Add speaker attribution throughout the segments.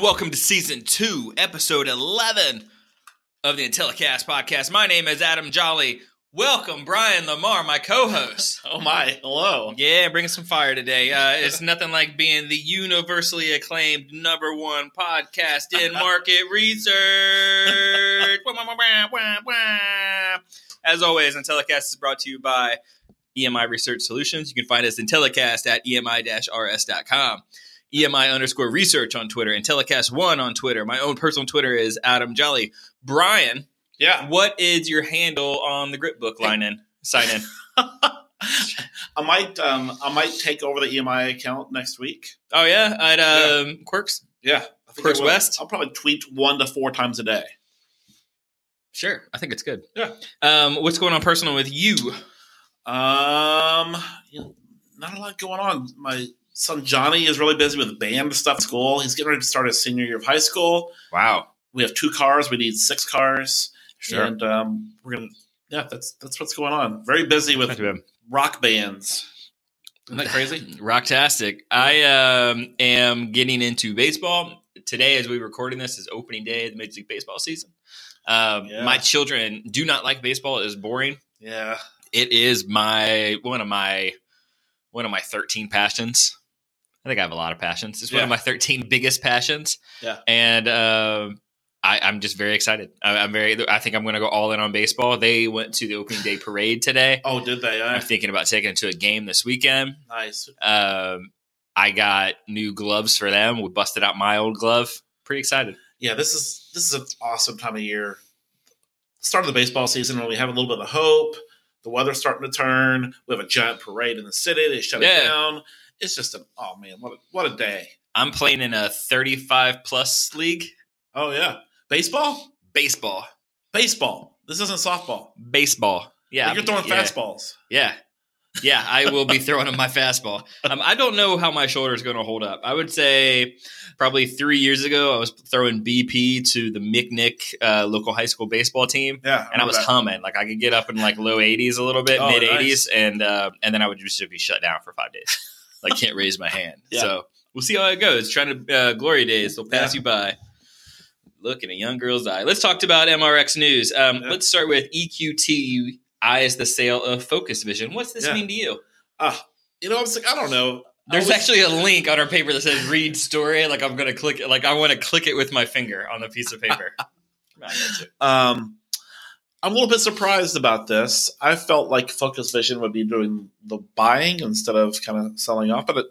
Speaker 1: Welcome to season two, episode 11 of the IntelliCast podcast. My name is Adam Jolly. Welcome, Brian Lamar, my co host.
Speaker 2: Oh my! Hello.
Speaker 1: yeah, bringing some fire today. Uh, it's nothing like being the universally acclaimed number one podcast in market research. Wah, wah, wah, wah, wah, wah. As always, IntelliCast is brought to you by EMI Research Solutions. You can find us in Telecast at E emi-rs.com. EMI E underscore research on Twitter and Telecast One on Twitter. My own personal Twitter is Adam Jolly. Brian,
Speaker 2: Yeah.
Speaker 1: what is your handle on the grip book line in? Sign in.
Speaker 2: I might um I might take over the EMI account next week.
Speaker 1: Oh yeah, at um, Quirks.
Speaker 2: Yeah. I think
Speaker 1: Chris
Speaker 2: I will.
Speaker 1: West?
Speaker 2: I'll probably tweet one to four times a day.
Speaker 1: Sure, I think it's good.
Speaker 2: Yeah.
Speaker 1: Um, what's going on personal with you?
Speaker 2: Um you know, not a lot going on. My son Johnny is really busy with band stuff at school. He's getting ready to start his senior year of high school.
Speaker 1: Wow.
Speaker 2: We have two cars, we need six cars.
Speaker 1: Sure.
Speaker 2: And um we're gonna yeah, that's that's what's going on. Very busy with rock bands. Isn't that crazy?
Speaker 1: Rocktastic. I um, am getting into baseball today. As we recording this, is opening day of the Major League Baseball season. Um,
Speaker 2: Yeah.
Speaker 1: My children do not like baseball. It is boring.
Speaker 2: Yeah.
Speaker 1: It is my one of my one of my thirteen passions. I think I have a lot of passions. It's one
Speaker 2: Yeah.
Speaker 1: of my thirteen biggest passions.
Speaker 2: Yeah.
Speaker 1: and um, I, I'm just very excited. I, I'm very. I think I'm going to go all in on baseball. They went to the opening day parade today.
Speaker 2: Oh, did they?
Speaker 1: I'm
Speaker 2: Uh,
Speaker 1: thinking about taking it to a game this weekend.
Speaker 2: nice.
Speaker 1: Um, I got new gloves for them. We busted out my old glove. Pretty excited.
Speaker 2: yeah, this is this is an awesome time of year. Start of the baseball season, and we have a little bit of hope. The weather's starting to turn. We have a giant parade in the city. They shut
Speaker 1: Yeah.
Speaker 2: it down. It's just an oh man, what a, what a day!
Speaker 1: I'm playing in a 35 plus league.
Speaker 2: Oh yeah, baseball,
Speaker 1: Baseball.
Speaker 2: baseball. This isn't softball.
Speaker 1: Baseball. Yeah.
Speaker 2: you're throwing
Speaker 1: yeah.
Speaker 2: fastballs.
Speaker 1: Yeah. Yeah, I will be throwing him my fastball. Um, I don't know how my shoulder is going to hold up. I would say probably three years ago, I was throwing BP to the Micknick uh, local high school baseball team,
Speaker 2: Yeah,
Speaker 1: and I was humming. Like I could get up in like low 80s a little bit,
Speaker 2: Oh,
Speaker 1: mid
Speaker 2: nice.
Speaker 1: 80s, and uh, and then I would just be shut down for five days. Like can't raise my hand.
Speaker 2: Yeah.
Speaker 1: So we'll see how it goes. Trying to uh, glory days, they'll pass
Speaker 2: Yeah.
Speaker 1: you by. Look in a young girl's eye. Let's talk about MRX news. Um,
Speaker 2: Yeah.
Speaker 1: Let's start with EQT I is the sale of Focus Vision. What's this
Speaker 2: Yeah.
Speaker 1: mean to you?
Speaker 2: Ah, you know, I was like, I don't know. I
Speaker 1: There's
Speaker 2: was-
Speaker 1: actually a link on our paper that says "Read Story." Like I'm gonna click it. Like I want to click it with my finger on the piece of paper.
Speaker 2: Um, I'm a little bit surprised about this. I felt like Focus Vision would be doing the buying instead of kind of selling off, but it,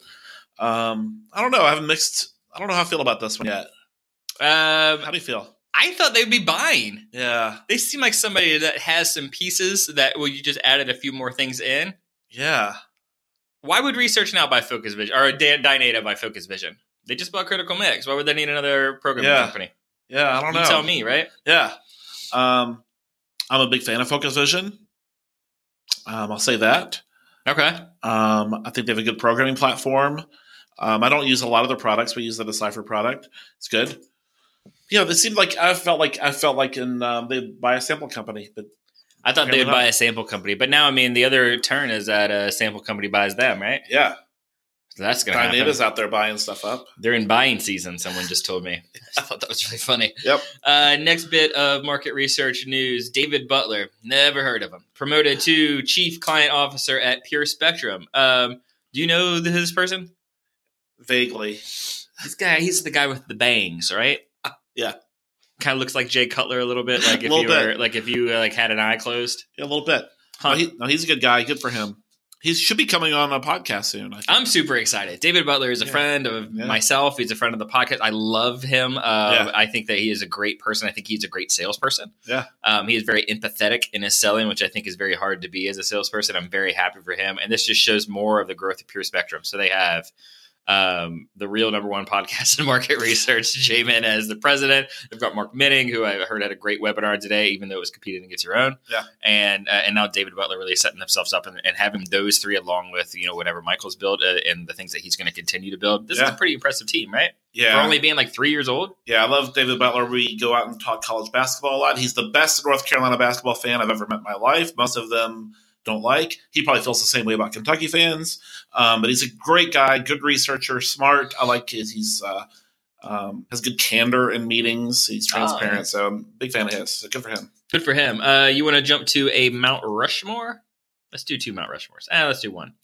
Speaker 2: um, I don't know. I have mixed. I don't know how I feel about this one yet. How
Speaker 1: um,
Speaker 2: do you feel?
Speaker 1: I thought they'd be buying.
Speaker 2: Yeah,
Speaker 1: They seem like somebody that has some pieces that well, you just added a few more things in.
Speaker 2: yeah.
Speaker 1: Why would Research Now buy Focus Vision or Dan- Dynata buy Focus Vision? They just bought Critical Mix. Why would they need another programming
Speaker 2: Yeah.
Speaker 1: company?
Speaker 2: Yeah, I don't
Speaker 1: You
Speaker 2: know.
Speaker 1: tell me, right?
Speaker 2: Yeah, um, I'm a big fan of Focus Vision. Um, I'll say that.
Speaker 1: Okay.
Speaker 2: Um, I think they have a good programming platform. Um, I don't use a lot of their products. We use the Decipher product. It's good. Yeah, they seemed like I felt like I felt like in um, they buy a sample company, but
Speaker 1: I thought they
Speaker 2: Apparently
Speaker 1: would buy
Speaker 2: not.
Speaker 1: a sample company, but now I mean the other turn is that a sample company buys them, right?
Speaker 2: yeah,
Speaker 1: So that's gonna happen.
Speaker 2: Dynata's out there buying stuff up.
Speaker 1: They're in buying season. Someone just told me. I thought that was really funny.
Speaker 2: Yep.
Speaker 1: Uh, next bit of market research news: David Butler, never heard of him, promoted to chief client officer at Pure Spectrum. Um, do you know this person?
Speaker 2: Vaguely,
Speaker 1: This guy, he's the guy with the bangs, right?
Speaker 2: Uh, Yeah.
Speaker 1: Kind of looks like Jay Cutler a little bit. Like if
Speaker 2: Little
Speaker 1: you were, like if you uh, like had an eye closed.
Speaker 2: yeah, a little bit.
Speaker 1: Huh.
Speaker 2: No, he, no, he's a good guy. Good for him. He should be coming on a podcast soon. I think.
Speaker 1: I'm super excited. David Butler is a
Speaker 2: Yeah.
Speaker 1: friend of
Speaker 2: Yeah.
Speaker 1: myself. He's a friend of the podcast. I love him. Uh,
Speaker 2: Yeah.
Speaker 1: I think that he is a great person. I think he's a great salesperson.
Speaker 2: Yeah.
Speaker 1: Um, he is very empathetic in his selling, which I think is very hard to be as a salesperson. I'm very happy for him. And this just shows more of the growth of Pure Spectrum. So they have um, the real number one podcast in market research, Jay Man as the president. They've got Mark Minning, who I heard had a great webinar today, even though it was competing against your own and uh, and now David Butler really setting themselves up and, and having those three along with you know whatever Michael's built uh, and the things that he's going to continue to build. This is
Speaker 2: Yeah.
Speaker 1: a pretty impressive team, right?
Speaker 2: yeah,
Speaker 1: For only being like three years old.
Speaker 2: yeah. I love David Butler. We go out and talk college basketball a lot. He's the best North Carolina basketball fan I've ever met in my life. Most of them don't like. He probably feels the same way about Kentucky fans. Um, but he's a great guy, good researcher, smart. I like his. He's uh, Um, has good candor in meetings. He's
Speaker 1: Oh, yeah.
Speaker 2: transparent, so I'm a big fan of his. So good for him.
Speaker 1: Good for him. Uh, you want to jump to a Mount Rushmore? Let's do two Mount Rushmores. Ah, let's do one.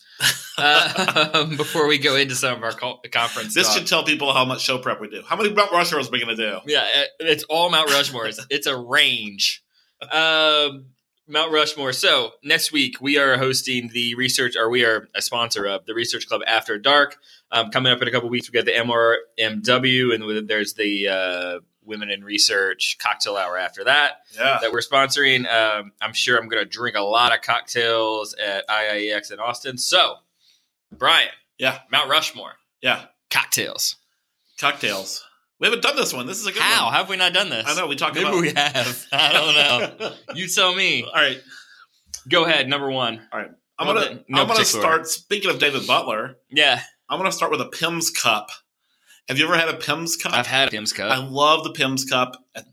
Speaker 1: Uh, before we go into some of our co- conference,
Speaker 2: This
Speaker 1: talk.
Speaker 2: should tell people how much show prep we do. How many Mount Rushmores are we going to do?
Speaker 1: yeah, uh, it's all Mount Rushmores. it's a range. Um, Mount Rushmore. So next week we are hosting the research, or we are a sponsor of the Research Club After Dark. Um, coming up in a couple weeks, we got the MRMW, and with- there's the uh, Women in Research Cocktail Hour after that.
Speaker 2: Yeah.
Speaker 1: that we're sponsoring. Um, I'm sure I'm going to drink a lot of cocktails at IIEX in Austin. So, Brian,
Speaker 2: Yeah.
Speaker 1: Mount Rushmore
Speaker 2: Yeah.
Speaker 1: cocktails.
Speaker 2: Cocktails. We haven't done this one. This is a good
Speaker 1: How
Speaker 2: one.
Speaker 1: have we not done this?
Speaker 2: I know. We talked
Speaker 1: Maybe
Speaker 2: about
Speaker 1: we have. I don't know. you tell me.
Speaker 2: All right.
Speaker 1: Go ahead. Number one.
Speaker 2: I'm
Speaker 1: Well,
Speaker 2: gonna
Speaker 1: then, no
Speaker 2: I'm gonna
Speaker 1: particular.
Speaker 2: start speaking of David Butler,
Speaker 1: Yeah,
Speaker 2: I'm gonna start with a Pim's cup. Have you ever had a Pim's cup?
Speaker 1: I've had Pim's
Speaker 2: I
Speaker 1: cup.
Speaker 2: love the Pim's Cup. I-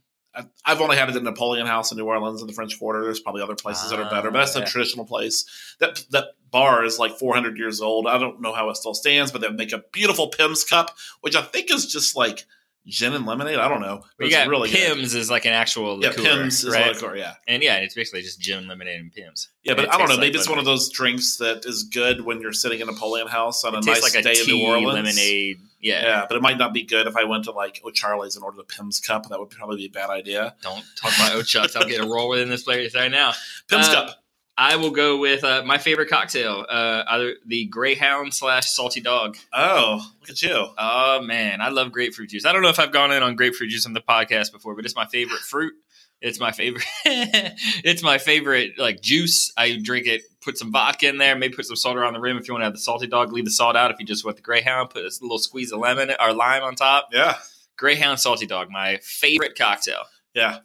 Speaker 2: I've only had it at Napoleon House in New Orleans in the French Quarter. There's probably other places that are better, but that's
Speaker 1: Ah,
Speaker 2: a
Speaker 1: yeah.
Speaker 2: traditional place. That that bar is like 400 years old. I don't know how it still stands, but they make a beautiful Pim's Cup, which I think is just like gin and lemonade. I don't know. But
Speaker 1: We
Speaker 2: it's
Speaker 1: got
Speaker 2: really good.
Speaker 1: Pim's is like an actual
Speaker 2: Yeah,
Speaker 1: liqueur,
Speaker 2: Pim's is
Speaker 1: right?
Speaker 2: a liqueur, yeah.
Speaker 1: And yeah, it's basically just gin, lemonade, and Pim's.
Speaker 2: Yeah, but
Speaker 1: It
Speaker 2: I don't know.
Speaker 1: tastes
Speaker 2: Maybe
Speaker 1: like
Speaker 2: it's one of those drinks that is good when you're sitting in Napoleon House on a
Speaker 1: It
Speaker 2: nice
Speaker 1: tastes like a
Speaker 2: day in
Speaker 1: tea,
Speaker 2: New Orleans.
Speaker 1: lemonade. Yeah.
Speaker 2: Yeah, but it might not be good if I went to like O'Charlie's and ordered a Pim's cup. That would probably be a bad idea.
Speaker 1: Don't talk about Ochucks. I'll get a roll within this place right now.
Speaker 2: Pim's
Speaker 1: Uh,
Speaker 2: cup.
Speaker 1: I will go with uh, my favorite cocktail, uh, either the Greyhound slash Salty Dog.
Speaker 2: Oh, look at you.
Speaker 1: Oh man, I love grapefruit juice. I don't know if I've gone in on grapefruit juice on the podcast before, but it's my favorite fruit. It's my favorite. it's my favorite like juice. I drink it. Put some vodka in there. Maybe put some salt around the rim if you want to have the Salty Dog. Leave the salt out if you just want the Greyhound. Put a little squeeze of lemon or lime on top.
Speaker 2: Yeah,
Speaker 1: Greyhound Salty Dog, my favorite cocktail.
Speaker 2: yeah.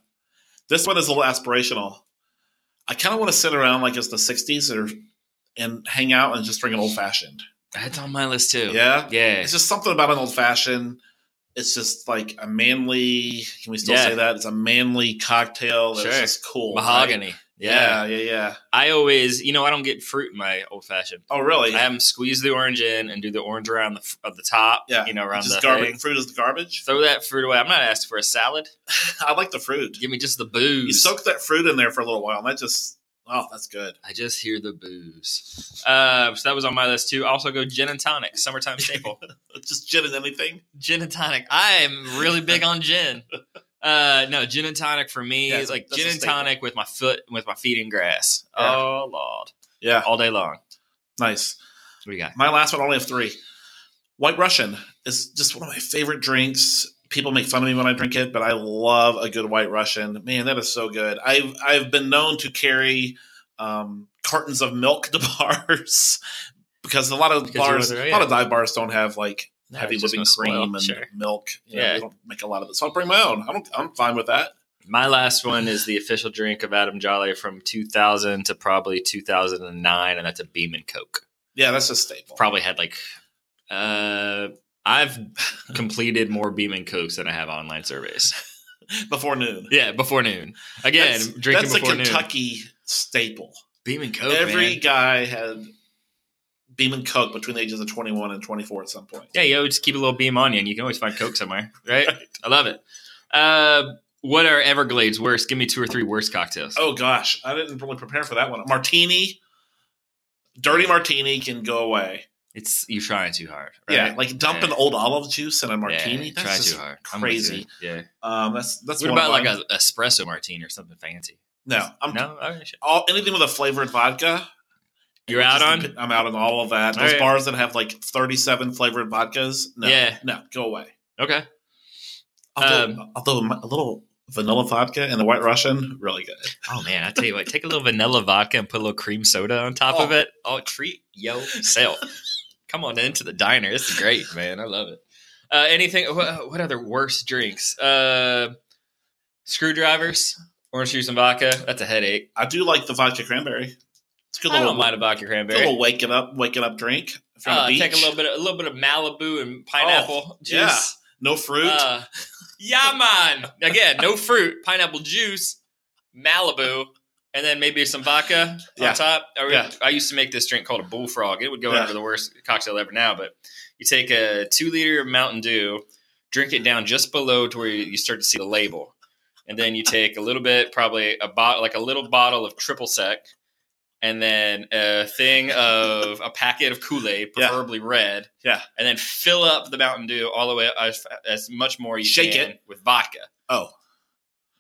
Speaker 2: This one is a little aspirational. I kind of want to sit around like it's the '60s or and hang out and just drink an old fashioned.
Speaker 1: That's on my list too.
Speaker 2: Yeah,
Speaker 1: Yeah.
Speaker 2: it's just something about an old fashioned. It's just like a manly. Can we still
Speaker 1: Yeah.
Speaker 2: say that? It's a manly cocktail. That's
Speaker 1: Sure.
Speaker 2: just cool. right?
Speaker 1: Mahogany.
Speaker 2: Yeah, yeah, yeah.
Speaker 1: I always, you know, I don't get fruit in my old fashioned.
Speaker 2: Oh, really?
Speaker 1: I have them squeeze the orange in and do the orange around the f- of the top.
Speaker 2: Yeah,
Speaker 1: you know, around
Speaker 2: just
Speaker 1: the
Speaker 2: garbage.
Speaker 1: thing.
Speaker 2: Fruit is the garbage.
Speaker 1: Throw that fruit away. I'm not asking for a salad.
Speaker 2: I like the fruit.
Speaker 1: Give me just the
Speaker 2: You
Speaker 1: booze.
Speaker 2: soak that fruit in there for a little while, and that just oh, that's good.
Speaker 1: I just hear the booze. Uh, so that was on my list too. I Also, go gin and tonic, summertime staple.
Speaker 2: It's just gin and anything.
Speaker 1: gin and tonic. I am really big on gin. Uh, no, gin and tonic for me
Speaker 2: Yeah,
Speaker 1: is like
Speaker 2: that's a
Speaker 1: gin and
Speaker 2: staple.
Speaker 1: tonic with my foot with my feet in grass.
Speaker 2: Yeah.
Speaker 1: Oh lord,
Speaker 2: Yeah,
Speaker 1: all day long.
Speaker 2: nice.
Speaker 1: What do you got?
Speaker 2: My last one, I only have three. White Russian is just one of my favorite drinks. People make fun of me when I drink it, but I love a good White Russian. Man, that is so good. I've I've been known to carry um, cartons of milk to bars because a lot of
Speaker 1: Because you
Speaker 2: bars,
Speaker 1: wanna-
Speaker 2: a lot of dive bars don't have like
Speaker 1: No,
Speaker 2: heavy
Speaker 1: it's just
Speaker 2: whipping
Speaker 1: gonna spoil.
Speaker 2: cream and
Speaker 1: Sure.
Speaker 2: milk. You know,
Speaker 1: Yeah.
Speaker 2: they don't make a lot of it, so I'll bring my own. I'm I'm fine with that.
Speaker 1: My last one is the official drink of Adam Jolly from 2000 to probably 2009, and that's a Beam and Coke.
Speaker 2: Yeah, that's a staple.
Speaker 1: Probably had like, uh, I've completed more Beam and Cokes than I have online surveys.
Speaker 2: Before noon.
Speaker 1: Yeah, before noon. Again,
Speaker 2: that's,
Speaker 1: drinking
Speaker 2: that's
Speaker 1: before
Speaker 2: a
Speaker 1: noon.
Speaker 2: Kentucky staple.
Speaker 1: Beam and Coke.
Speaker 2: Every
Speaker 1: man.
Speaker 2: guy had Beam and Coke between the ages of 21 and 24 at some point.
Speaker 1: yeah, yo, just keep a little Beam on you, and you can always find Coke somewhere, right? I love it. Uh, what are Everglades worst? Give me two or three worst cocktails.
Speaker 2: Oh gosh, I didn't really prepare for that one. Martini, dirty martini can go away.
Speaker 1: It's you trying too hard. Right?
Speaker 2: Yeah, like dumping
Speaker 1: Yeah.
Speaker 2: old olive juice in a
Speaker 1: Yeah,
Speaker 2: martini.
Speaker 1: you
Speaker 2: that's
Speaker 1: try
Speaker 2: just
Speaker 1: too hard. I'm with you.
Speaker 2: crazy.
Speaker 1: Yeah.
Speaker 2: Um, that's that's
Speaker 1: What
Speaker 2: one Um,
Speaker 1: about
Speaker 2: of
Speaker 1: like
Speaker 2: mine.
Speaker 1: a espresso martini or something fancy?
Speaker 2: no. I'm
Speaker 1: no, All right, shit.
Speaker 2: all, anything with a flavored vodka.
Speaker 1: you're out
Speaker 2: just
Speaker 1: on.
Speaker 2: dep- I'm out on all of that.
Speaker 1: All
Speaker 2: Those
Speaker 1: right.
Speaker 2: bars that have like 37 flavored vodkas. No,
Speaker 1: Yeah.
Speaker 2: no, go away. Um,
Speaker 1: Okay,
Speaker 2: Although, although a little vanilla vodka and a White Russian, really good.
Speaker 1: Oh man, I tell you what, take a little vanilla vodka and put a little cream soda on top of
Speaker 2: Oh.
Speaker 1: it. Oh, treat yourself. Come on into the diner. It's great, man. I love it. Uh, anything? What, what other worst drinks? Uh, screwdrivers, orange juice and vodka. That's a headache.
Speaker 2: I do like the vodka cranberry. It's a good
Speaker 1: I
Speaker 2: little,
Speaker 1: don't mind a vodka
Speaker 2: it's a
Speaker 1: cranberry.
Speaker 2: little waking up, waking up drink. If you're on
Speaker 1: Uh,
Speaker 2: the beach, Oh,
Speaker 1: take a little bit, of, a little bit of Malibu and pineapple juice.
Speaker 2: yeah. no fruit.
Speaker 1: Uh, yeah, man. Again, no fruit, pineapple juice, Malibu, and then maybe some vodka
Speaker 2: Yeah.
Speaker 1: on top. Or-
Speaker 2: Yeah.
Speaker 1: I used to make this drink called a bullfrog. It would go
Speaker 2: Yeah.
Speaker 1: under the worst cocktail ever now, but you take a two liter of Mountain Dew, drink it down just below to where you you start to see the label. And then you take a little bit, probably a bot, like a little bottle of triple sec, and then a thing of a packet of Kool Aid,
Speaker 2: Yeah.
Speaker 1: preferably red.
Speaker 2: Yeah.
Speaker 1: And then fill up the Mountain Dew all the way as, as much more you
Speaker 2: Shake
Speaker 1: can with vodka.
Speaker 2: Oh,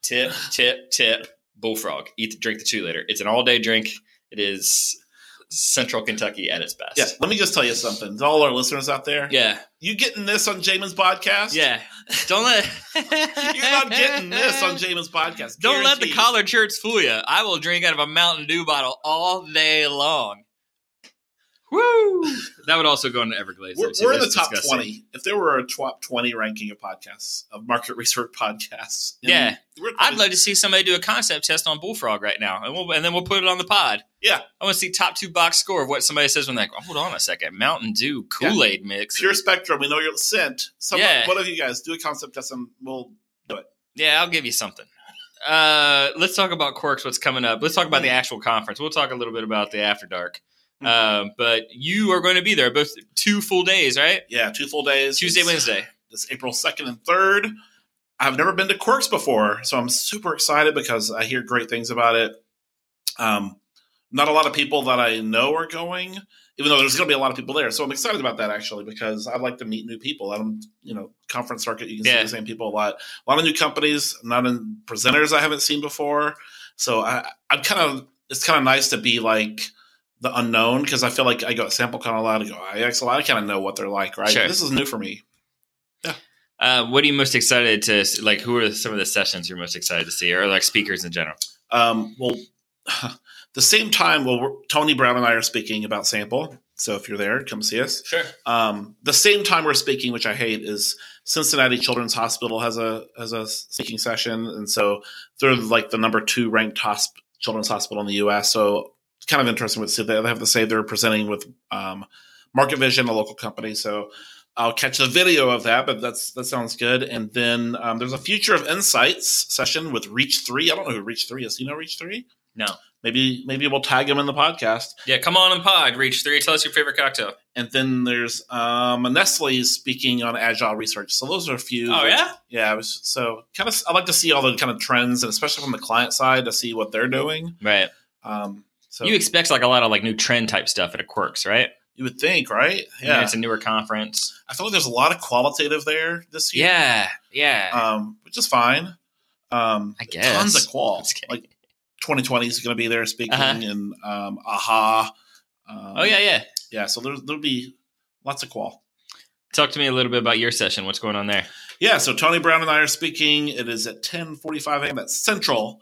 Speaker 1: Tip, tip, tip. Bullfrog. Eat the drink the two liter. It's an all day drink. It is Central Kentucky at its best.
Speaker 2: yeah. Let me just tell you something to all our listeners out there.
Speaker 1: Yeah.
Speaker 2: You getting this on Jamin's podcast?
Speaker 1: Yeah. Don't let
Speaker 2: You're not getting this on Jamin's podcast.
Speaker 1: Don't let the
Speaker 2: Guaranteed.
Speaker 1: collared shirts fool you. I will drink out of a Mountain Dew bottle all day long. Woo! That would also go into Everglades.
Speaker 2: We're,
Speaker 1: though, too.
Speaker 2: we're in the
Speaker 1: That's
Speaker 2: top
Speaker 1: disgusting.
Speaker 2: twenty. If there were a top twenty ranking of podcasts of market research podcasts, in-
Speaker 1: Yeah.
Speaker 2: we're
Speaker 1: I'd
Speaker 2: probably-
Speaker 1: love to see somebody do a concept test on Bullfrog right now, and we'll and then we'll put it on the pod.
Speaker 2: Yeah.
Speaker 1: I want to see top two box score of what somebody says when they're like, oh, hold on a second, Mountain Dew
Speaker 2: Yeah.
Speaker 1: Kool Aid mix.
Speaker 2: pure spectrum. We know you're sent. Some
Speaker 1: Yeah.
Speaker 2: one of you guys do a concept test, and we'll
Speaker 1: Yeah, I'll give you something. Uh, let's talk about quirks. What's coming up? Let's talk about the actual conference. We'll talk a little bit about the after dark.
Speaker 2: Mm-hmm.
Speaker 1: Um, but you are going to be there both two full days, right?
Speaker 2: yeah, two full days.
Speaker 1: Tuesday,
Speaker 2: It's-
Speaker 1: Wednesday.
Speaker 2: This April second and third. I've never been to Quirks before, so I'm super excited because I hear great things about it. Um, not a lot of people that I know are going, even though there's going to be a lot of people there. So I'm excited about that actually because I like to meet new people. I'm, you know, conference circuit, you can
Speaker 1: Yeah.
Speaker 2: see the same people a lot. A lot of new companies, not in presenters I haven't seen before. So I, I'm kind of, it's kind of nice to be like the unknown because I feel like I go at SampleCon a lot, I go at IX a lot. I kind of know what they're like, right?
Speaker 1: Sure.
Speaker 2: This is new for me.
Speaker 1: Uh, what are you most excited to like? Who are some of the sessions you're most excited to see, or like speakers in general?
Speaker 2: Um, well, the same time, well, we're, Tony Brown and I are speaking about sample. So if you're there, come see us.
Speaker 1: Sure.
Speaker 2: Um, the same time we're speaking, which I hate, is Cincinnati Children's Hospital has a has a speaking session, and so they're like the number two ranked hosp- children's hospital in the U.S. So it's kind of interesting what they have to say. They're presenting with um, Market Vision, a local company. So I'll catch the video of that, but that's that sounds good. And then um, there's a Future of Insights session with Reach Three. I don't know who Reach Three is. You know Reach Three?
Speaker 1: No.
Speaker 2: Maybe maybe we'll tag him in the podcast.
Speaker 1: Yeah, come on and pod. Reach three. Tell us your favorite cocktail.
Speaker 2: And then there's um, Nestle speaking on agile research. So those are a few.
Speaker 1: Oh yeah.
Speaker 2: yeah. I was, so kind of, I like to see all the kind of trends, and especially from the client side, to see what they're doing.
Speaker 1: Right.
Speaker 2: Um, so
Speaker 1: You
Speaker 2: you,
Speaker 1: expect like a lot of like new trend type stuff at a quirks, right?
Speaker 2: would think, right?
Speaker 1: I mean,
Speaker 2: Yeah,
Speaker 1: it's a newer conference.
Speaker 2: I feel like there's a lot of qualitative there this year.
Speaker 1: Yeah. Yeah.
Speaker 2: um, which is fine. Um,
Speaker 1: I guess.
Speaker 2: tons of qual.
Speaker 1: Just kidding.
Speaker 2: Like 2020 is going to be there speaking,
Speaker 1: Uh-huh.
Speaker 2: and um, aha. Um,
Speaker 1: oh yeah, yeah.
Speaker 2: yeah. So there's, there'll be lots of qual.
Speaker 1: Talk to me a little bit about your session. What's going on there?
Speaker 2: Yeah, so Tony Brown and I are speaking. It is at 10:45 a.m. at Central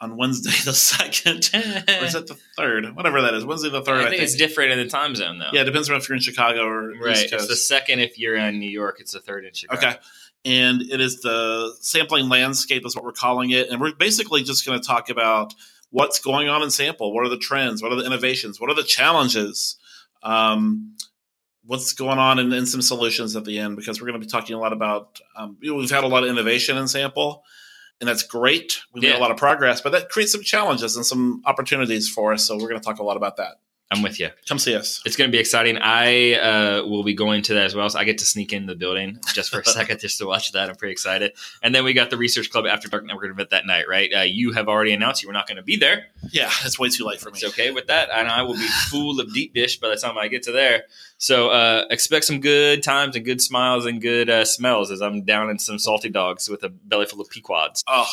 Speaker 2: on Wednesday the 2nd. Or is
Speaker 1: I
Speaker 2: that the 3rd? Whatever that is. Wednesday the 3rd, I think.
Speaker 1: Eh. think it's different in the time zone though.
Speaker 2: yeah, it depends on if you're in Chicago or
Speaker 1: Right.
Speaker 2: East
Speaker 1: It's
Speaker 2: Coast.
Speaker 1: the second if you're in New York. It's the third in Chicago.
Speaker 2: okay. And it is the sampling landscape is what we're calling it. And we're basically just going to talk about what's going on in sample. What are the trends? What are the innovations? What are the challenges? Um, what's going on and, and some solutions at the end because we're going to be talking a lot about um, you know, we've had a lot of innovation in sample and that's great we made
Speaker 1: Yeah.
Speaker 2: a lot of progress but that creates some challenges and some opportunities for us so we're going to talk a lot about that
Speaker 1: I'm with you.
Speaker 2: come see us
Speaker 1: It's going to be exciting. I uh, will be going to that as well. So I get to sneak in the building just for a second just to watch that. I'm pretty excited. And then we got the Research Club After Dark Network event that night, right? Uh, you have already announced you were not going to be there.
Speaker 2: yeah it's way too late for me
Speaker 1: It's okay with that. And I will be full of deep dish by the time I get to there. So uh, expect some good times and good smiles and good uh, smells as I'm down in some salty dogs with a belly full of pequods.
Speaker 2: oh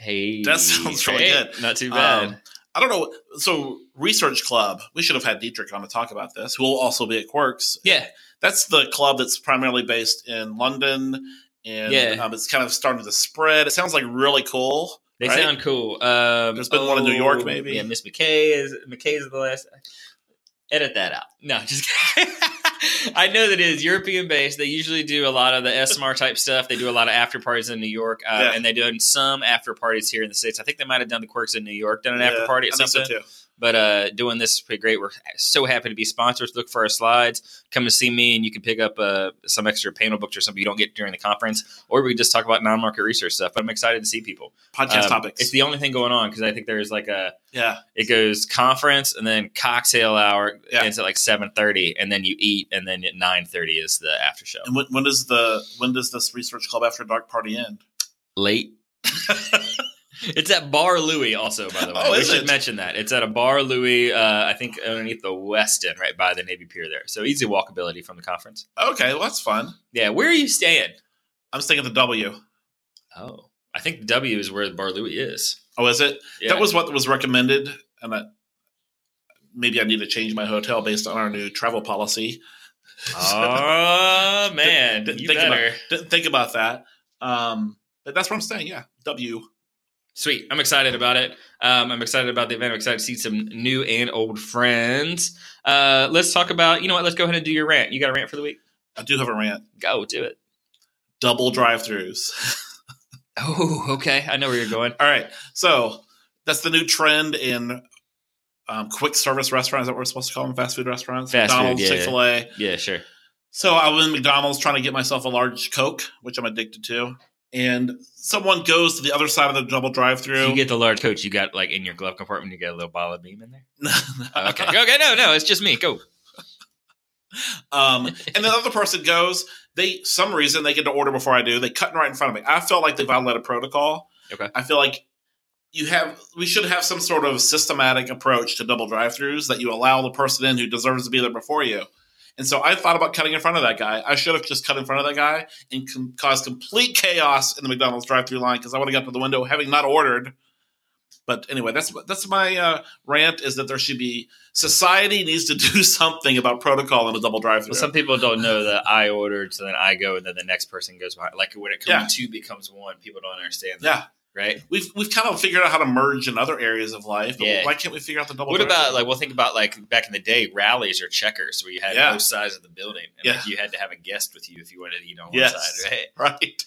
Speaker 1: Hey.
Speaker 2: That sounds really
Speaker 1: Hey,
Speaker 2: good.
Speaker 1: Not too bad.
Speaker 2: Um, I don't know. So, Research Club, we should have had Dietrich on to talk about this, who will also be at Quirks.
Speaker 1: yeah.
Speaker 2: That's the club that's primarily based in London. And
Speaker 1: Yeah.
Speaker 2: um, it's kind of starting to spread. It sounds like really cool.
Speaker 1: They
Speaker 2: right?
Speaker 1: sound cool. Um,
Speaker 2: There's been one in New York, maybe.
Speaker 1: Yeah, Miss McKay is McKay is the last. Edit that out. No, just kidding. I know that it is European based. They usually do a lot of the SMR type stuff. They do a lot of after parties in New York, uh,
Speaker 2: Yeah.
Speaker 1: and they do some after parties here in the states. I think they might have done the quirks in New York, done an
Speaker 2: Yeah,
Speaker 1: after party at
Speaker 2: I think so
Speaker 1: something.
Speaker 2: too.
Speaker 1: But uh, doing this is pretty great. We're so happy to be sponsors. Look for our slides. Come and see me, and you can pick up uh, some extra panel books or something you don't get during the conference, or we can just talk about non-market research stuff. But I'm excited to see people.
Speaker 2: Podcast
Speaker 1: Um,
Speaker 2: topics.
Speaker 1: It's the only thing going on because I think there's like a
Speaker 2: yeah.
Speaker 1: it goes conference and then cocktail hour
Speaker 2: Yeah.
Speaker 1: ends at like seven thirty, and then you eat, and then at nine thirty is the after show.
Speaker 2: And when, when does the when does this research club after dark party end?
Speaker 1: Late. It's at Bar Louie, also by the way.
Speaker 2: Oh,
Speaker 1: we
Speaker 2: is
Speaker 1: should
Speaker 2: it?
Speaker 1: mention that it's at a Bar Louie. Uh, I think underneath the Westin, right by the Navy Pier there. So easy walkability from the conference.
Speaker 2: okay, well that's fun.
Speaker 1: Yeah, where are you staying?
Speaker 2: I'm staying at the W.
Speaker 1: Oh, I think the W is where the Bar Louie is.
Speaker 2: Oh, is it?
Speaker 1: Yeah.
Speaker 2: That was what was recommended, and I, maybe I need to change my hotel based on our new travel policy.
Speaker 1: Oh man,
Speaker 2: Didn't
Speaker 1: you
Speaker 2: think about-
Speaker 1: better.
Speaker 2: Didn't think about that. Um, but that's where I'm staying. Yeah, W.
Speaker 1: Sweet. I'm excited about it. Um, I'm excited about the event. I'm excited to see some new and old friends. Uh, let's talk about, you know what? Let's go ahead and do your rant. You got a rant for the week?
Speaker 2: I do have a rant.
Speaker 1: Go do it.
Speaker 2: Double drive-throughs.
Speaker 1: Oh, okay. I know where you're going.
Speaker 2: All right, so that's the new trend in um, quick service restaurants. Is that what we're supposed to call them fast food restaurants.
Speaker 1: Fast food,
Speaker 2: McDonald's,
Speaker 1: yeah, yeah.
Speaker 2: Chick Fil A.
Speaker 1: Yeah, sure.
Speaker 2: So I was in McDonald's trying to get myself a large Coke, which I'm addicted to. And someone goes to the other side of the double drive
Speaker 1: You
Speaker 2: through.
Speaker 1: get the large coach you got like in your glove compartment, you got a little ball of beam in there. Okay. okay. No, no. It's just me. Go.
Speaker 2: um, and the other person goes, they some reason they get to order before I do. They cut right in front of me. I felt like they violated protocol.
Speaker 1: Okay.
Speaker 2: I feel like you have we should have some sort of systematic approach to double drive-throughs that you allow the person in who deserves to be there before you. And so I thought about cutting in front of that guy. I should have just cut in front of that guy and com- caused complete chaos in the McDonald's drive-through line because I would have got to the window having not ordered. But anyway, that's that's my uh, rant is that there should be society needs to do something about protocol in a double drive-through.
Speaker 1: Well, some people don't know that I ordered, so then I go, and then the next person goes behind. Like when it comes
Speaker 2: Yeah.
Speaker 1: two becomes one, people don't understand that.
Speaker 2: yeah,
Speaker 1: Right.
Speaker 2: we've we've kind of figured out how to merge in other areas of life, but
Speaker 1: Yeah.
Speaker 2: why can't we figure out the double?
Speaker 1: What
Speaker 2: drive-through?
Speaker 1: about like? Well, think about like back in the day, rallies or checkers, where you had
Speaker 2: Yeah.
Speaker 1: both sides of the building, and like,
Speaker 2: Yeah.
Speaker 1: you had to have a guest with you if you wanted to eat on one
Speaker 2: Yes.
Speaker 1: side, right?
Speaker 2: right?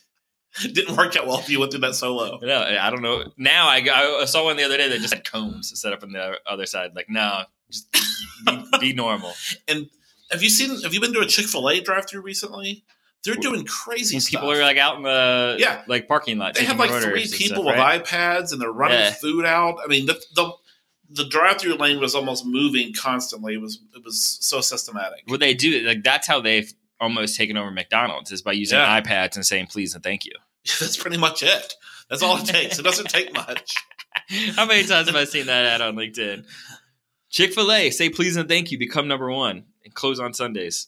Speaker 2: Didn't work out well if you went through that solo.
Speaker 1: No, I don't know. Now I, I saw one the other day that just had combs set up on the other side. Like, no, just be, be normal.
Speaker 2: Have you seen? Have you been to a Chick Fil A drive-through recently? They're doing crazy
Speaker 1: These
Speaker 2: stuff.
Speaker 1: people are like out in the
Speaker 2: Yeah.
Speaker 1: like parking lot.
Speaker 2: they have
Speaker 1: taking
Speaker 2: like
Speaker 1: orders
Speaker 2: three
Speaker 1: and
Speaker 2: people
Speaker 1: stuff, right?
Speaker 2: with iPads, and they're running
Speaker 1: Yeah.
Speaker 2: food out. I mean, the the, the drive-through lane was almost moving constantly. It was it was so systematic.
Speaker 1: What they do, like that's how they've almost taken over McDonald's is by using
Speaker 2: Yeah.
Speaker 1: iPads and saying please and thank you.
Speaker 2: That's pretty much it. That's all it takes. It doesn't take much.
Speaker 1: How many times have I seen that ad on LinkedIn? Chick Fil A, say please and thank you, become number one, and close on Sundays.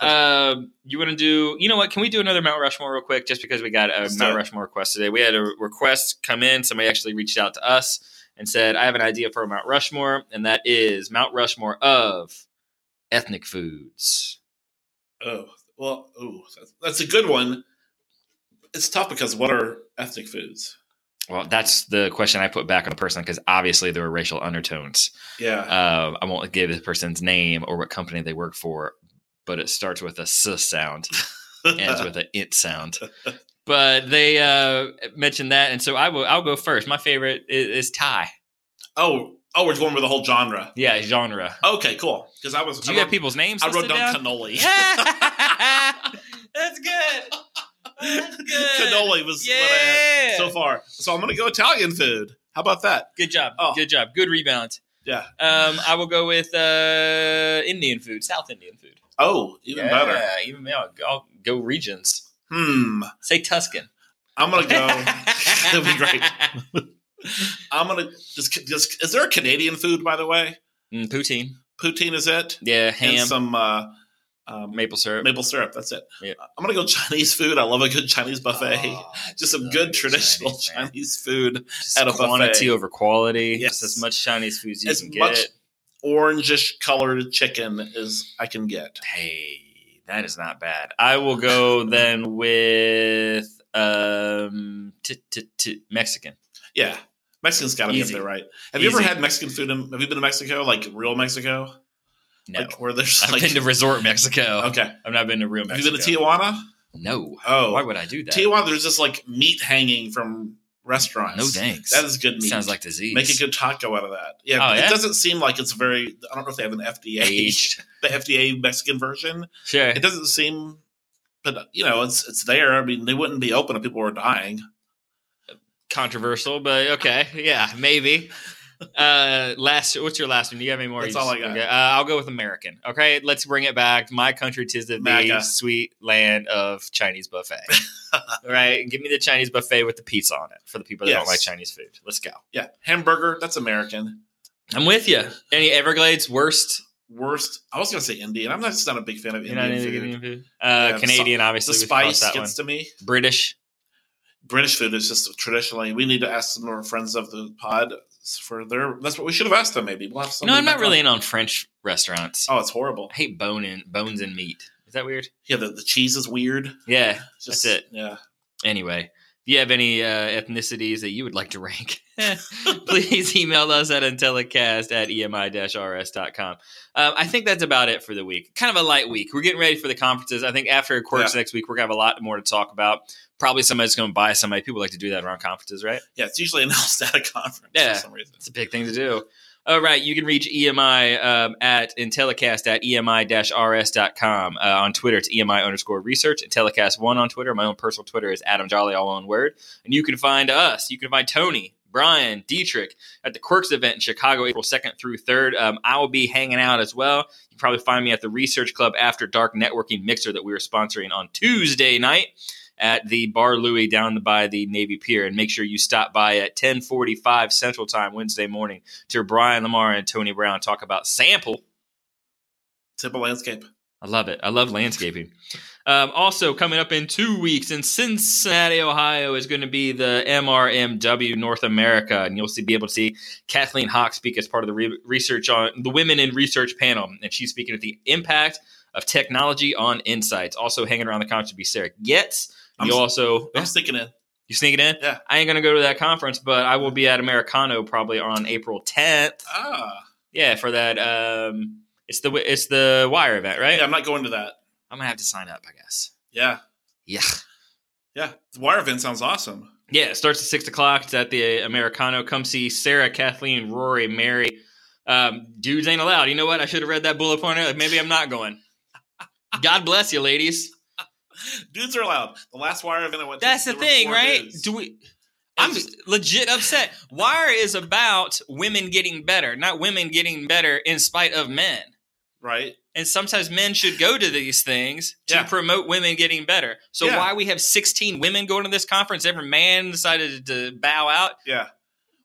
Speaker 1: Um, you want to do? You know what? Can we do another Mount Rushmore real quick? Just because we got a
Speaker 2: Let's do
Speaker 1: Mount
Speaker 2: it.
Speaker 1: Rushmore request today. We had a request come in. Somebody actually reached out to us and said, "I have an idea for a Mount Rushmore, and that is Mount Rushmore of ethnic foods."
Speaker 2: Oh well, ooh, that's- that's a good one. It's tough because what are ethnic foods?
Speaker 1: Well, that's the question I put back on the person because obviously there were racial undertones.
Speaker 2: Yeah,
Speaker 1: uh, I won't give the person's name or what company they work for, but it starts with a s sound, ends Uh, with an it sound. But they uh, mentioned that, and so I will. I'll go first. My favorite is, is Thai.
Speaker 2: oh, oh, we're going with the whole genre.
Speaker 1: Yeah, genre.
Speaker 2: Okay, cool. Because I was,
Speaker 1: Do
Speaker 2: I
Speaker 1: you have
Speaker 2: wrote-
Speaker 1: people's names?
Speaker 2: I wrote
Speaker 1: listed
Speaker 2: down,
Speaker 1: down?
Speaker 2: cannoli.
Speaker 1: That's good. That's good.
Speaker 2: cannoli was what I had
Speaker 1: Yeah.
Speaker 2: so far. So I'm gonna go Italian food. How about that?
Speaker 1: good job.
Speaker 2: Oh.
Speaker 1: Good job. Good rebound.
Speaker 2: Yeah.
Speaker 1: Um, I will go with uh, Indian food, South Indian food.
Speaker 2: Oh, even better.
Speaker 1: Yeah, Even yeah, I'll- I'll go regions.
Speaker 2: Hmm.
Speaker 1: Say Tuscan.
Speaker 2: I'm gonna go. That'd be great. I'm gonna just, just. Is there a Canadian food by the way?
Speaker 1: Mm, poutine.
Speaker 2: Poutine is it?
Speaker 1: Yeah,
Speaker 2: And
Speaker 1: ham,
Speaker 2: some uh, um,
Speaker 1: maple syrup.
Speaker 2: maple syrup. That's it. Uh,
Speaker 1: Yeah.
Speaker 2: I'm gonna go Chinese food. I love a good Chinese buffet.
Speaker 1: Oh,
Speaker 2: Just some
Speaker 1: love
Speaker 2: good
Speaker 1: it,
Speaker 2: traditional
Speaker 1: Chinese, man.
Speaker 2: Chinese, food.
Speaker 1: Just
Speaker 2: at a buffet.
Speaker 1: quantity over quality.
Speaker 2: Yes.
Speaker 1: Just as much Chinese food as you
Speaker 2: As
Speaker 1: can
Speaker 2: much
Speaker 1: get.
Speaker 2: orangish colored chicken as I can get.
Speaker 1: Hey, that is not bad. I will go then with um t- t- t- Mexican.
Speaker 2: Yeah. Mexican's gotta
Speaker 1: Easy.
Speaker 2: be up there, right? Have you
Speaker 1: Easy.
Speaker 2: ever had Mexican food in have you been to Mexico? Like real Mexico?
Speaker 1: No,
Speaker 2: Like where there's
Speaker 1: I've
Speaker 2: like
Speaker 1: been to resort Mexico.
Speaker 2: Okay.
Speaker 1: I've not been to real
Speaker 2: Have
Speaker 1: Mexico.
Speaker 2: you been to Tijuana?
Speaker 1: No.
Speaker 2: Oh.
Speaker 1: Why would I do that?
Speaker 2: Tijuana, there's just like meat hanging from restaurants.
Speaker 1: No thanks.
Speaker 2: That is good meat.
Speaker 1: Sounds like disease.
Speaker 2: Make a good taco out of that. Yeah,
Speaker 1: Oh,
Speaker 2: it
Speaker 1: yeah?
Speaker 2: doesn't seem like it's very. I don't know if they have an FDA,
Speaker 1: aged.
Speaker 2: the FDA Mexican version.
Speaker 1: Sure.
Speaker 2: It doesn't seem, but you know, it's it's there. I mean, they wouldn't be open if people were dying.
Speaker 1: Controversial, but okay. Yeah, maybe. Uh, last, what's your last one? Do you have any more?
Speaker 2: That's
Speaker 1: You
Speaker 2: all I
Speaker 1: just-
Speaker 2: got.
Speaker 1: okay. Uh, I'll go with American. Okay, let's bring it back. My country tis the
Speaker 2: MAGA.
Speaker 1: sweet land of Chinese buffet. right, give me the Chinese buffet with the pizza on it for the people that don't
Speaker 2: Yes.
Speaker 1: like Chinese food. Let's go.
Speaker 2: Yeah, hamburger. That's American.
Speaker 1: I'm with you. Any Everglades worst?
Speaker 2: Worst. I was gonna say Indian. I'm not just not a big fan of
Speaker 1: You know,
Speaker 2: Indian
Speaker 1: any
Speaker 2: food.
Speaker 1: Indian food? Uh,
Speaker 2: the
Speaker 1: Canadian,
Speaker 2: The
Speaker 1: obviously. we crossed
Speaker 2: spice
Speaker 1: that
Speaker 2: gets to me.
Speaker 1: one. British.
Speaker 2: British food is just traditionally. We need to ask some of our friends of the pod for their. That's what we should have asked them. Maybe we'll have some.
Speaker 1: no, I'm not really in on French restaurants.
Speaker 2: Oh, it's horrible.
Speaker 1: I hate bone in bones and meat. Is that weird?
Speaker 2: Yeah, the, the cheese is weird.
Speaker 1: Yeah.
Speaker 2: It's just,
Speaker 1: That's it.
Speaker 2: Yeah.
Speaker 1: Anyway, do you have any uh, ethnicities that you would like to rank? Please email us at intellicast at E emi-rs.com. Um, I think that's about it for the week. Kind of a light week. We're getting ready for the conferences. I think after Quirks next week, we're going to have a lot more to talk about. Probably somebody's going to buy somebody. People like to do that around conferences, right?
Speaker 2: Yeah, it's usually announced at a conference
Speaker 1: Yeah.
Speaker 2: for some reason.
Speaker 1: It's a big thing to do. All right, you can reach EMI um, at Intellicast at E EMI-RS.com. Uh, on Twitter, it's EMI underscore research. Intellicast1 on Twitter. My own personal Twitter is Adam Jolly, all one word. And you can find us. You can find Tony, Brian, Dietrich at the Quirks event in Chicago, April 2nd through 3rd. Um, I will be hanging out as well. You can probably find me at the Research Club After Dark Networking Mixer that we are sponsoring on Tuesday night at the Bar Louie down by the Navy Pier. And make sure you stop by at 1045 Central Time Wednesday morning to Brian Lamar and Tony Brown talk about sample.
Speaker 2: Simple landscape.
Speaker 1: I love it. I love landscaping. Um, also, coming up in two weeks in Cincinnati, Ohio, is going to be the MRMW North America, and you'll see, be able to see Kathleen Hawk speak as part of the re- research on the Women in Research panel, and she's speaking at the impact of technology on insights. Also, hanging around the conference will be Sarah Getz.
Speaker 2: I'm
Speaker 1: You
Speaker 2: s-
Speaker 1: also
Speaker 2: I'm sticking in.
Speaker 1: you sneaking in?
Speaker 2: Yeah.
Speaker 1: I ain't gonna go to that conference, but I will be at Americano probably on April 10th.
Speaker 2: Ah.
Speaker 1: Yeah, for that. Um, it's the it's the Wire event, right?
Speaker 2: Yeah, I'm not going to that.
Speaker 1: I'm gonna have to sign up, I guess.
Speaker 2: Yeah.
Speaker 1: Yeah.
Speaker 2: Yeah. The wire event sounds awesome.
Speaker 1: Yeah, it starts at six o'clock. It's at the uh, Americano. Come see Sarah, Kathleen, Rory, Mary. Um, dudes ain't allowed. You know what? I should have read that bullet point. earlier. Maybe I'm not going. God bless you, ladies.
Speaker 2: Dudes are allowed. The last wire event I went
Speaker 1: That's
Speaker 2: to.
Speaker 1: the
Speaker 2: there were
Speaker 1: thing,
Speaker 2: four
Speaker 1: right?
Speaker 2: dudes.
Speaker 1: Do we? I'm
Speaker 2: just-
Speaker 1: legit upset. Wire is about women getting better, not women getting better in spite of men.
Speaker 2: right?
Speaker 1: And sometimes men should go to these things to
Speaker 2: Yeah.
Speaker 1: promote women getting better. So
Speaker 2: Yeah.
Speaker 1: why we have 16 women going to this conference, every man decided to bow out.
Speaker 2: Yeah.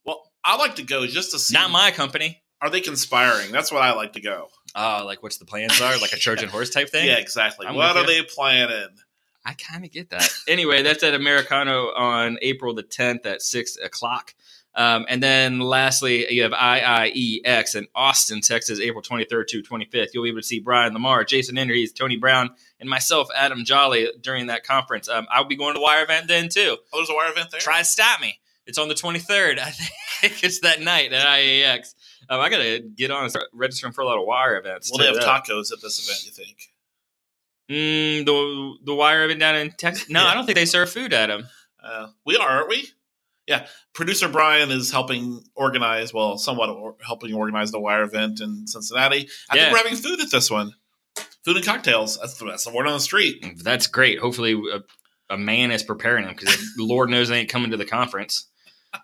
Speaker 2: Well, I like to go just to see.
Speaker 1: Not my company.
Speaker 2: Are they conspiring? That's what I like to go.
Speaker 1: Oh, like what's the plans are, like a Trojan horse type thing.
Speaker 2: Yeah, exactly.
Speaker 1: I'm
Speaker 2: what
Speaker 1: with
Speaker 2: are they planning?
Speaker 1: I kind of get that. anyway, that's at Americano on April the 10th at 6 o'clock. Um, and then lastly, you have IIEX in Austin, Texas, April 23rd to 25th. You'll be able to see Brian Lamar, Jason Enries, Tony Brown, and myself, Adam Jolly, during that conference. Um, I'll be going to the Wire event then, too.
Speaker 2: Oh, there's a wire event there.
Speaker 1: Try to stop me. It's on the 23rd. I think it's that night at IAX. Um, I got to get on and start registering for a lot of Wire events.
Speaker 2: Will they
Speaker 1: too.
Speaker 2: have
Speaker 1: That-
Speaker 2: tacos at this event? You think?
Speaker 1: Mm, the the wire oven down in Texas. No,
Speaker 2: Yeah.
Speaker 1: I don't think they serve food at them.
Speaker 2: Uh, we are, aren't we? Yeah. Producer Brian is helping organize, well, somewhat or- helping organize the Wire event in Cincinnati. I
Speaker 1: Yeah.
Speaker 2: think we're having food at this one. Food and cocktails. That's the, that's the word on the street.
Speaker 1: That's great. Hopefully, a, a man is preparing them because Lord knows they ain't coming to the conference.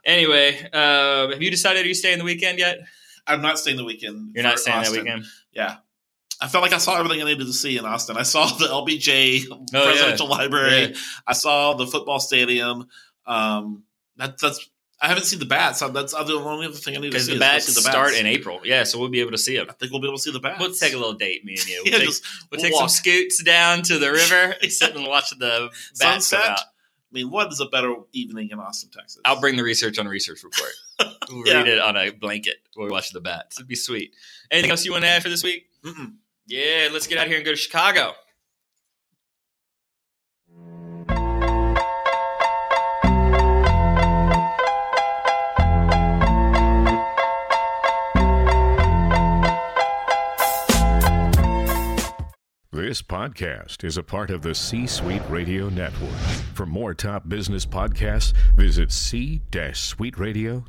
Speaker 1: Anyway, uh, have you decided are you staying the weekend yet?
Speaker 2: I'm not staying the weekend.
Speaker 1: You're
Speaker 2: for
Speaker 1: not staying
Speaker 2: Austin.
Speaker 1: that weekend.
Speaker 2: Yeah. I felt like I saw everything I needed to see in Austin. I saw the LBJ
Speaker 1: Oh, yeah.
Speaker 2: Presidential Library.
Speaker 1: Yeah.
Speaker 2: I saw the football stadium. Um, that, that's I haven't seen the bats. So that's the only other thing I need to
Speaker 1: Because
Speaker 2: see.
Speaker 1: the
Speaker 2: is go
Speaker 1: bats
Speaker 2: see the
Speaker 1: start in April. Yeah, so we'll be able to see them.
Speaker 2: I think we'll be able to see the bats.
Speaker 1: We'll take a little date, me and you. We'll
Speaker 2: yeah,
Speaker 1: take,
Speaker 2: just
Speaker 1: we'll
Speaker 2: we'll
Speaker 1: take some
Speaker 2: walk.
Speaker 1: scoots down to the river, sit and watch the bats come
Speaker 2: sunset.
Speaker 1: out.
Speaker 2: I mean, what is a better evening in Austin, Texas?
Speaker 1: I'll bring the research on a research report. We'll
Speaker 2: Yeah.
Speaker 1: read it on a blanket while we watch the bats. It'd be sweet. Anything else you want to add for this week?
Speaker 2: Mm-mm.
Speaker 1: Yeah, let's get out here and go to Chicago.
Speaker 3: This podcast is a part of the C Suite Radio Network. For more top business podcasts, visit c-suiteradio.com.